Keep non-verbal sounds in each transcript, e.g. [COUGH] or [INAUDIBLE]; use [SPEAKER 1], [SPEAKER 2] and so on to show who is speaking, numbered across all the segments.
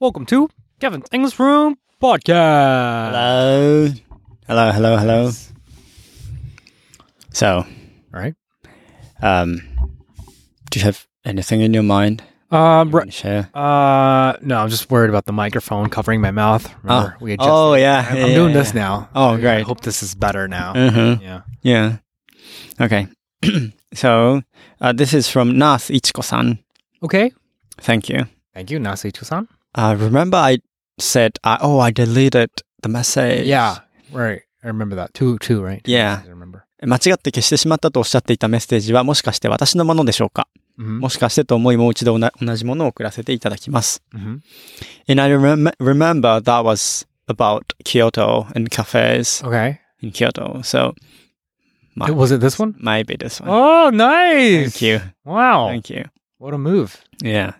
[SPEAKER 1] Welcome to Kevin's English Room Podcast.
[SPEAKER 2] Hello. Hello, hello, hello. So,
[SPEAKER 1] All right.
[SPEAKER 2] um, do you have anything in your mind
[SPEAKER 1] Um,
[SPEAKER 2] you
[SPEAKER 1] right.
[SPEAKER 2] wanna share?
[SPEAKER 1] Uh, no, I'm just worried about the microphone covering my mouth. Remember, we adjusted.
[SPEAKER 2] oh, yeah.
[SPEAKER 1] I'm
[SPEAKER 2] yeah,
[SPEAKER 1] I'm
[SPEAKER 2] yeah,
[SPEAKER 1] doing
[SPEAKER 2] yeah.
[SPEAKER 1] this now.
[SPEAKER 2] Oh,
[SPEAKER 1] I
[SPEAKER 2] great.
[SPEAKER 1] hope this is better now.
[SPEAKER 2] Uh-huh.
[SPEAKER 1] Yeah.
[SPEAKER 2] Yeah. Okay. [CLEARS THROAT] so, uh, this is from Nath Ichiko-san.
[SPEAKER 1] Okay.
[SPEAKER 2] Thank you.
[SPEAKER 1] Thank you, Nasi Tucson.
[SPEAKER 2] Uh, remember I said, I, oh, I deleted the message.
[SPEAKER 1] Yeah. Right. I remember that. Two, two, right? Two
[SPEAKER 2] Yeah.
[SPEAKER 1] messages, I remember.
[SPEAKER 2] 間違って消してしまったとおっしゃっていたメッセージはもしかして私のものでしょうか
[SPEAKER 1] Mm-hmm.
[SPEAKER 2] もしかしてと思いもう一度おな同じものを送らせていただきます。
[SPEAKER 1] hmm
[SPEAKER 2] And I remem- remember that was about Kyoto and cafes
[SPEAKER 1] Okay.
[SPEAKER 2] in Kyoto. So my,
[SPEAKER 1] Was it this one?
[SPEAKER 2] might be this one.
[SPEAKER 1] Oh, nice.
[SPEAKER 2] Thank you.
[SPEAKER 1] Wow.
[SPEAKER 2] Thank you.
[SPEAKER 1] What a move.
[SPEAKER 2] Yeah.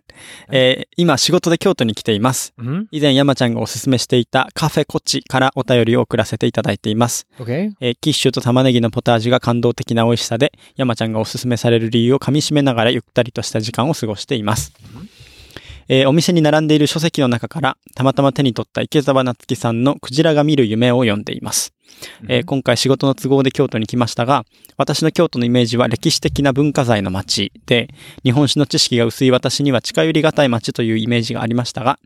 [SPEAKER 2] えー今仕事で京都に来ています。
[SPEAKER 1] hmm
[SPEAKER 2] 以前山ちゃんがおすすめしていたカフェコチからお便りを送らせていただいています。
[SPEAKER 1] Okay.
[SPEAKER 2] えーキッシュと玉ねぎのポタージュが感動的な美味しさで、山ちゃんがおすすめされる理由を噛み締めながらゆったりとした時間を過ごしています。えーお店に並んでいる書籍の中から、たまたま手に取った池澤夏樹さんのクジラが見る夢を読んでいます。えー今回仕事の都合で京都に来ましたが、私の京都のイメージは歴史的な文化財の街で、日本史の知識が薄い私には近寄りがたい街というイメージがありましたが、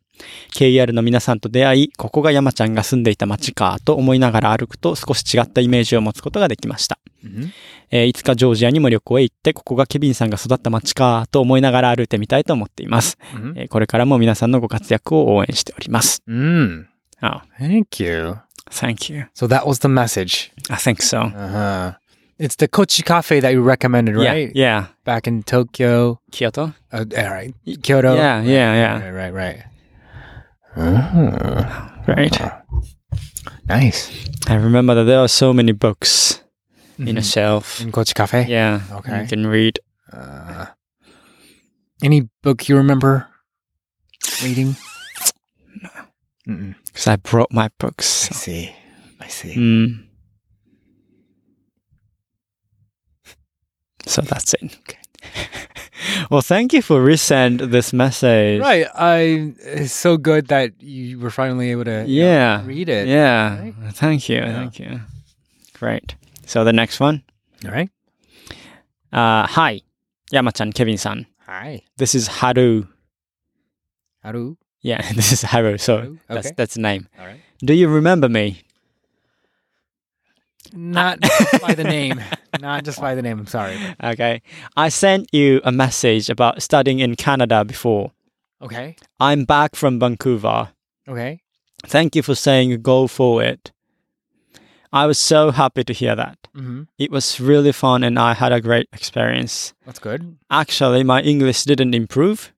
[SPEAKER 2] KER の皆さんと出会い、ここが山ちゃんが住んでいた街かと思いながら歩くと少し違ったイメージを持つことができました。
[SPEAKER 1] hmm
[SPEAKER 2] えーいつかジョージアにも旅行へ行って、ここがケビンさんが育った街かと思いながら歩いてみたいと思っています。
[SPEAKER 1] hmm
[SPEAKER 2] えーこれからも皆さんのご活躍を応援しております。
[SPEAKER 1] Mm.
[SPEAKER 2] Oh,
[SPEAKER 1] Thank you.
[SPEAKER 2] thank you.
[SPEAKER 1] So that was the message.
[SPEAKER 2] I think so.
[SPEAKER 1] Uh huh. It's the Kochi Cafe that you recommended, right?
[SPEAKER 2] Yeah. yeah.
[SPEAKER 1] Back in Tokyo.
[SPEAKER 2] Kyoto?
[SPEAKER 1] Uh, all right. Kyoto.
[SPEAKER 2] Yeah,
[SPEAKER 1] Right,
[SPEAKER 2] yeah, yeah.
[SPEAKER 1] Right, right, right. Oh,
[SPEAKER 2] Right.
[SPEAKER 1] nice.
[SPEAKER 2] I remember that there are so many books in a
[SPEAKER 1] Mhm.
[SPEAKER 2] shelf.
[SPEAKER 1] in Kochi Cafe.
[SPEAKER 2] Yeah.
[SPEAKER 1] Okay.
[SPEAKER 2] You can read.
[SPEAKER 1] Uh, any book you remember reading? No. Mm-mm.
[SPEAKER 2] Because I brought my books.
[SPEAKER 1] I see. I see.
[SPEAKER 2] Mm. So that's it. [LAUGHS] well, thank you for resend this message.
[SPEAKER 1] Right. I. It's so good that you were finally able to you know,
[SPEAKER 2] Yeah.
[SPEAKER 1] read it.
[SPEAKER 2] Yeah.
[SPEAKER 1] Right?
[SPEAKER 2] Thank you.
[SPEAKER 1] Yeah.
[SPEAKER 2] Thank you. Great. So the next one.
[SPEAKER 1] All right.
[SPEAKER 2] Uh, hi, Yamachan, Kevin-san.
[SPEAKER 1] Hi.
[SPEAKER 2] This is Haru.
[SPEAKER 1] Haru.
[SPEAKER 2] Yeah, [LAUGHS] this is Haru. So
[SPEAKER 1] Haru?
[SPEAKER 2] that's
[SPEAKER 1] Okay.
[SPEAKER 2] that's the name.
[SPEAKER 1] All right.
[SPEAKER 2] Do you remember me?
[SPEAKER 1] Not by the name. Not just by the name. I'm sorry.
[SPEAKER 2] Okay. I sent you a message about studying in Canada before.
[SPEAKER 1] Okay.
[SPEAKER 2] I'm back from Vancouver.
[SPEAKER 1] Okay.
[SPEAKER 2] Thank you for saying go forward. I was so happy to hear that.
[SPEAKER 1] Mm-hmm.
[SPEAKER 2] It was really fun and I had a great experience.
[SPEAKER 1] That's good.
[SPEAKER 2] Actually, my English didn't improve,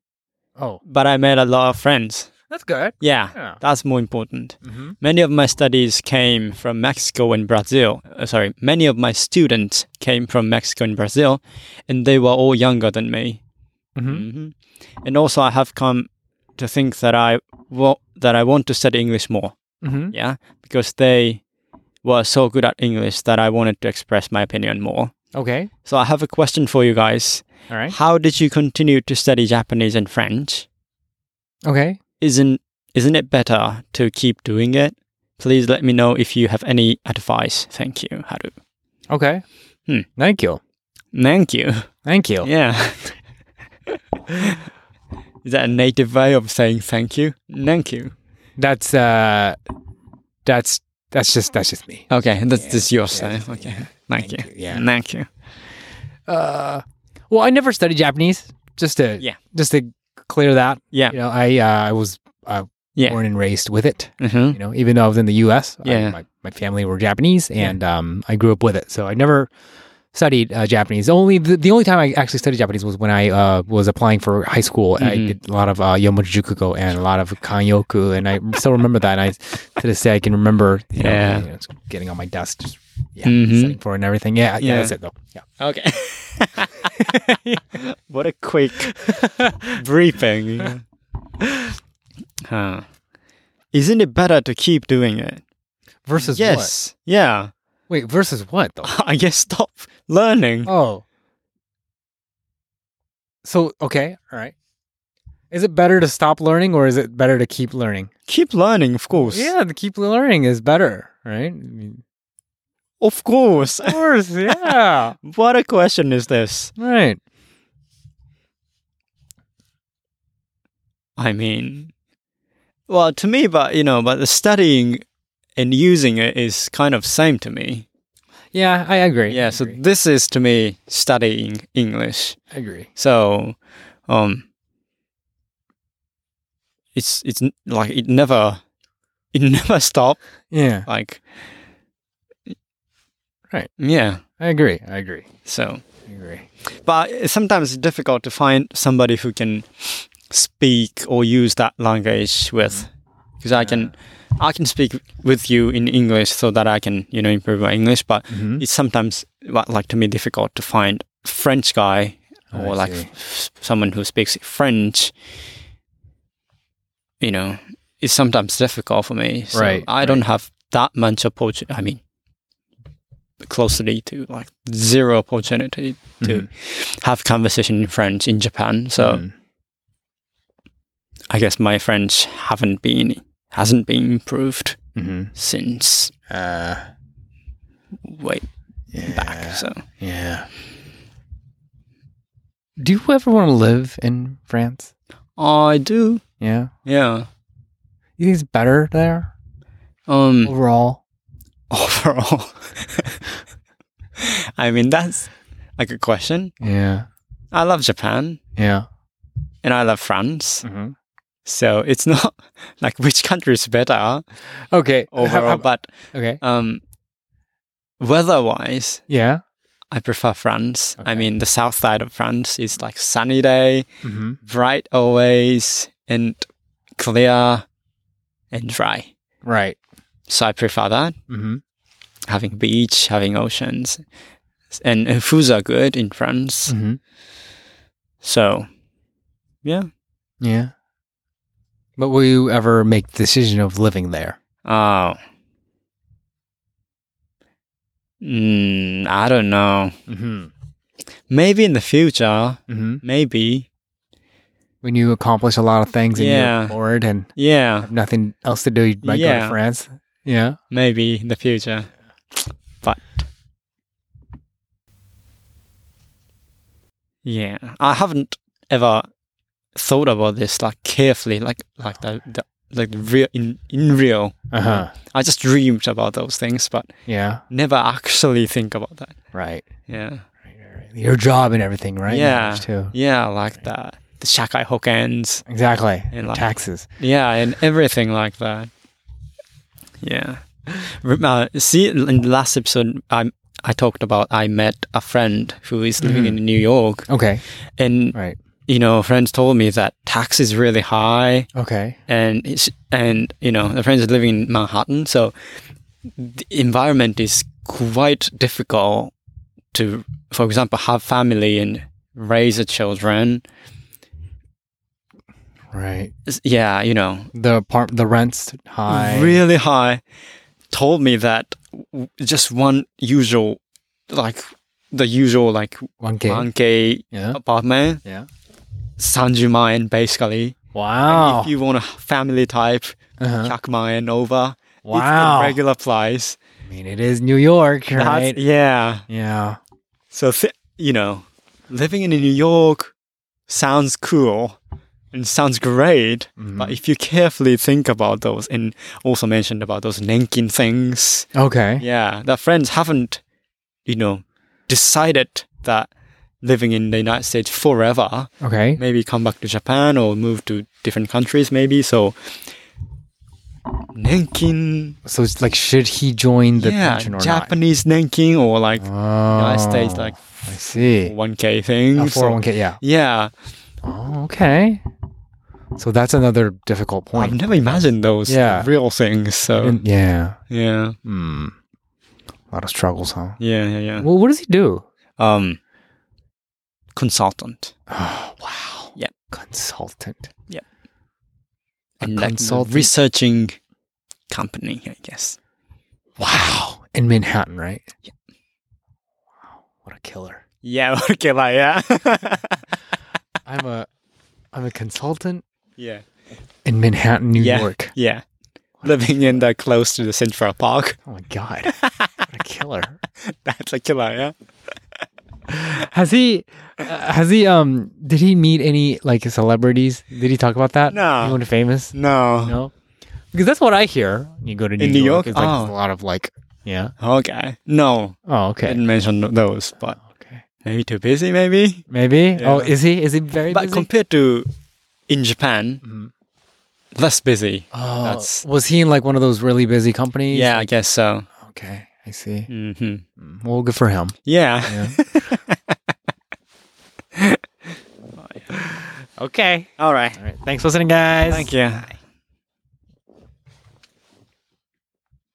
[SPEAKER 1] Oh,
[SPEAKER 2] but I made a lot of friends.
[SPEAKER 1] that's good.
[SPEAKER 2] Yeah,
[SPEAKER 1] Yeah.
[SPEAKER 2] that's more important.
[SPEAKER 1] Mm-hmm.
[SPEAKER 2] Many of my studies came from Mexico and Brazil. Uh, sorry, many of my students came from Mexico and Brazil, and they were all younger than me.
[SPEAKER 1] Mm-hmm.
[SPEAKER 2] hmm And also, I have come to think that I wa- that I want to study English more.
[SPEAKER 1] Mm-hmm.
[SPEAKER 2] yeah because they were so good at english that i wanted to express my opinion more
[SPEAKER 1] Okay.
[SPEAKER 2] so i have a question for you guys
[SPEAKER 1] All right.
[SPEAKER 2] how did you continue to study japanese and french
[SPEAKER 1] Okay.
[SPEAKER 2] isn't isn't it better to keep doing it please let me know if you have any advice thank you haru
[SPEAKER 1] Okay.
[SPEAKER 2] Hmm.
[SPEAKER 1] Thank you.
[SPEAKER 2] thank you
[SPEAKER 1] Thank you. [LAUGHS]
[SPEAKER 2] yeah is that a native way of saying thank you thank you
[SPEAKER 1] That's uh, that's that's just that's just me.
[SPEAKER 2] okay that's
[SPEAKER 1] Yeah.
[SPEAKER 2] just your
[SPEAKER 1] Yeah.
[SPEAKER 2] say okay thank, you,
[SPEAKER 1] you. Yeah.
[SPEAKER 2] thank you
[SPEAKER 1] Uh, well, I never studied Japanese. Just to
[SPEAKER 2] Yeah.
[SPEAKER 1] just to clear that.
[SPEAKER 2] Yeah.
[SPEAKER 1] You know, I uh, I was uh,
[SPEAKER 2] Yeah.
[SPEAKER 1] born and raised with it.
[SPEAKER 2] hmm
[SPEAKER 1] You know, even though I was in the U.S., I-
[SPEAKER 2] Yeah.
[SPEAKER 1] my, my family were Japanese, and um, I grew up with it. So I never studied uh, Japanese. Only the, the only time I actually studied Japanese was when I uh, was applying for high school. I
[SPEAKER 2] Mhm.
[SPEAKER 1] did a lot of uh, Yomojukugo and a lot of Kanyoku, and I still remember that. And I to this day I can remember, you know,
[SPEAKER 2] Yeah.
[SPEAKER 1] you know, it's getting on my desk, just, yeah,
[SPEAKER 2] Mhm.
[SPEAKER 1] studying for it and everything. Yeah, yeah,
[SPEAKER 2] Yeah.
[SPEAKER 1] that's it though. Yeah. [LAUGHS]
[SPEAKER 2] Okay. what a quick briefing. Huh. Isn't it better to keep doing it?
[SPEAKER 1] [LAUGHS] Versus
[SPEAKER 2] yes. Yeah. [LAUGHS]
[SPEAKER 1] what? Wait, versus what though?
[SPEAKER 2] I guess stop learning.
[SPEAKER 1] Oh. So okay, all right. Is it better to stop learning or is it better to keep learning?
[SPEAKER 2] Keep learning, of course.
[SPEAKER 1] Yeah, the keep learning is better, right? I mean,
[SPEAKER 2] Of course.
[SPEAKER 1] [LAUGHS] of course, yeah.
[SPEAKER 2] What a question is this?
[SPEAKER 1] Right.
[SPEAKER 2] I mean, well, to me, but you know, but the studying and using it is kind of same to me.
[SPEAKER 1] Yeah, I agree.
[SPEAKER 2] Yeah.
[SPEAKER 1] I
[SPEAKER 2] So
[SPEAKER 1] agree.
[SPEAKER 2] this is to me studying English.
[SPEAKER 1] I agree.
[SPEAKER 2] So, um, it's it's n- like it never [LAUGHS] it never stop.
[SPEAKER 1] Yeah,
[SPEAKER 2] Like,
[SPEAKER 1] Right.
[SPEAKER 2] Yeah.
[SPEAKER 1] I agree. I agree.
[SPEAKER 2] So,
[SPEAKER 1] I agree.
[SPEAKER 2] but it's sometimes it's difficult to find somebody who can speak or use that language with, because I can. I can speak with you in English so that I can, you know, improve my English. But
[SPEAKER 1] Mhm.
[SPEAKER 2] Mm-hmm. it's sometimes, wa- like to me, difficult to find French guy
[SPEAKER 1] Oh, I
[SPEAKER 2] or like
[SPEAKER 1] see.
[SPEAKER 2] f- someone who speaks French. You know, it's sometimes difficult for me. So
[SPEAKER 1] Right,
[SPEAKER 2] I don't have that much opportunity. I mean, closely to like zero opportunity to
[SPEAKER 1] Mhm.
[SPEAKER 2] have conversation in French in Japan. So
[SPEAKER 1] Mhm.
[SPEAKER 2] I guess my French haven't been hasn't been improved
[SPEAKER 1] Mhm.
[SPEAKER 2] since
[SPEAKER 1] Uh,
[SPEAKER 2] way back. So
[SPEAKER 1] yeah. Do you ever want to live in France?
[SPEAKER 2] I do.
[SPEAKER 1] Yeah.
[SPEAKER 2] Yeah.
[SPEAKER 1] You think it's better there Mm.
[SPEAKER 2] Um.
[SPEAKER 1] overall?
[SPEAKER 2] overall? [LAUGHS] I mean, that's a good question.
[SPEAKER 1] Yeah.
[SPEAKER 2] I love Japan
[SPEAKER 1] Yeah.
[SPEAKER 2] and I
[SPEAKER 1] [LAUGHS]
[SPEAKER 2] love France.
[SPEAKER 1] hmm
[SPEAKER 2] So it's [LAUGHS] not like which country is better
[SPEAKER 1] Okay. [LAUGHS] How-
[SPEAKER 2] overall,
[SPEAKER 1] how-
[SPEAKER 2] but
[SPEAKER 1] okay.
[SPEAKER 2] um, weather wise,
[SPEAKER 1] Yeah.
[SPEAKER 2] I prefer France. I
[SPEAKER 1] Okay.
[SPEAKER 2] mean, the south side of France is like sunny day,
[SPEAKER 1] hmm
[SPEAKER 2] bright always, and clear and dry.
[SPEAKER 1] Right.
[SPEAKER 2] So I prefer that.
[SPEAKER 1] hmm
[SPEAKER 2] Having beach, having oceans, and, and foods are good in France.
[SPEAKER 1] hmm
[SPEAKER 2] So, yeah,
[SPEAKER 1] Yeah. But will you ever make the decision of living there?
[SPEAKER 2] Oh. Mm, I don't know.
[SPEAKER 1] Mm-hmm.
[SPEAKER 2] Maybe in the future.
[SPEAKER 1] Mm-hmm.
[SPEAKER 2] Maybe.
[SPEAKER 1] When you accomplish a lot of things and
[SPEAKER 2] Yeah.
[SPEAKER 1] you're bored and
[SPEAKER 2] Yeah,
[SPEAKER 1] have nothing else to do, you might go
[SPEAKER 2] Yeah.
[SPEAKER 1] to France. Yeah.
[SPEAKER 2] maybe in the future. But. Yeah, I haven't ever thought about this like carefully, like like the, the like the real in in real.
[SPEAKER 1] Uh huh.
[SPEAKER 2] I just dreamed about those things, but
[SPEAKER 1] Yeah.
[SPEAKER 2] never actually think about that.
[SPEAKER 1] Right.
[SPEAKER 2] Yeah.
[SPEAKER 1] Right, right, right. Your job and everything, right?
[SPEAKER 2] Yeah.
[SPEAKER 1] Matters Too.
[SPEAKER 2] Yeah, like that. The shakai hokens.
[SPEAKER 1] Exactly.
[SPEAKER 2] And like-
[SPEAKER 1] Taxes.
[SPEAKER 2] Yeah, and everything like that. Yeah. Rem- Uh, see, in the last episode, I I talked about I met a friend who is living in New York,
[SPEAKER 1] Okay.
[SPEAKER 2] and
[SPEAKER 1] Right.
[SPEAKER 2] you know, friends told me that tax is really high,
[SPEAKER 1] Okay.
[SPEAKER 2] and it's, and you know, the friends are living in Manhattan, so the environment is quite difficult to, for example, have family and raise the children.
[SPEAKER 1] Right.
[SPEAKER 2] S- Yeah, you know,
[SPEAKER 1] The part, the rents high.
[SPEAKER 2] really high told me that w- just one usual like the usual like
[SPEAKER 1] One K.
[SPEAKER 2] 1k
[SPEAKER 1] Yeah.
[SPEAKER 2] apartment
[SPEAKER 1] Yeah.
[SPEAKER 2] 30 million basically
[SPEAKER 1] Wow.
[SPEAKER 2] if you want a family type
[SPEAKER 1] uh-huh.
[SPEAKER 2] 100 million over
[SPEAKER 1] Wow.
[SPEAKER 2] it's the regular price
[SPEAKER 1] I mean, it is New York,
[SPEAKER 2] That's-
[SPEAKER 1] right?
[SPEAKER 2] yeah
[SPEAKER 1] Yeah.
[SPEAKER 2] so th- you know living in new york sounds cool and sounds great
[SPEAKER 1] Mhm.
[SPEAKER 2] but if you carefully think about those and also mentioned about those nanking things
[SPEAKER 1] Okay.
[SPEAKER 2] Yeah, the friends haven't, you know, decided that living in the United States forever,
[SPEAKER 1] Okay.
[SPEAKER 2] maybe come back to Japan or move to different countries, maybe. So, Nankin,
[SPEAKER 1] So it's like, should he join the
[SPEAKER 2] yeah,
[SPEAKER 1] pension or
[SPEAKER 2] Japanese Nankin or like
[SPEAKER 1] not?
[SPEAKER 2] United
[SPEAKER 1] Oh,
[SPEAKER 2] States, like oh
[SPEAKER 1] I see.
[SPEAKER 2] 1K
[SPEAKER 1] A
[SPEAKER 2] thing. So,
[SPEAKER 1] 401k, yeah.
[SPEAKER 2] yeah,
[SPEAKER 1] Oh, okay. So that's another difficult
[SPEAKER 2] I've
[SPEAKER 1] point.
[SPEAKER 2] never imagined those
[SPEAKER 1] Yeah.
[SPEAKER 2] real things. So,
[SPEAKER 1] And- yeah.
[SPEAKER 2] yeah,
[SPEAKER 1] Hmm. A lot of struggles, huh?
[SPEAKER 2] yeah, yeah, yeah.
[SPEAKER 1] Well, what does he do?
[SPEAKER 2] [SIGHS] Um, consultant.
[SPEAKER 1] Oh, wow.
[SPEAKER 2] Yeah.
[SPEAKER 1] Consultant.
[SPEAKER 2] Yeah.
[SPEAKER 1] A
[SPEAKER 2] and like the
[SPEAKER 1] consultant.
[SPEAKER 2] researching company, I guess.
[SPEAKER 1] wow. In Manhattan, right?
[SPEAKER 2] Yeah.
[SPEAKER 1] Wow. What a killer.
[SPEAKER 2] [LAUGHS] Yeah, okay, like yeah.
[SPEAKER 1] I'm a I'm a consultant
[SPEAKER 2] Yeah.
[SPEAKER 1] in Manhattan, New
[SPEAKER 2] Yeah.
[SPEAKER 1] York.
[SPEAKER 2] Yeah. Living in the close to the Central Park. [LAUGHS]
[SPEAKER 1] Oh my god, what a killer!
[SPEAKER 2] That's a killer, yeah?
[SPEAKER 1] [LAUGHS] Has he? Uh, has he? Um, did he meet any like celebrities? Did he talk about that?
[SPEAKER 2] No.
[SPEAKER 1] anyone famous?
[SPEAKER 2] No.
[SPEAKER 1] No, because that's what I hear. You go to New,
[SPEAKER 2] In New York?
[SPEAKER 1] it's like
[SPEAKER 2] Oh.
[SPEAKER 1] there's a lot of like, yeah.
[SPEAKER 2] Okay. No.
[SPEAKER 1] Oh,
[SPEAKER 2] I
[SPEAKER 1] okay,
[SPEAKER 2] Didn't mention those, but
[SPEAKER 1] okay.
[SPEAKER 2] maybe too busy, maybe?
[SPEAKER 1] Maybe.
[SPEAKER 2] Yeah.
[SPEAKER 1] Oh, is he? Is he very
[SPEAKER 2] But
[SPEAKER 1] busy?
[SPEAKER 2] compared to in Japan,
[SPEAKER 1] Mhm.
[SPEAKER 2] less busy.
[SPEAKER 1] oh,
[SPEAKER 2] that's-
[SPEAKER 1] was he in like one of those really busy companies?
[SPEAKER 2] Yeah, I guess so.
[SPEAKER 1] Okay, I see.
[SPEAKER 2] hmm
[SPEAKER 1] Mm, Well, good for him.
[SPEAKER 2] Yeah.
[SPEAKER 1] Yeah. okay.
[SPEAKER 2] All right.
[SPEAKER 1] All right. Thanks for listening, guys.
[SPEAKER 2] Thank you.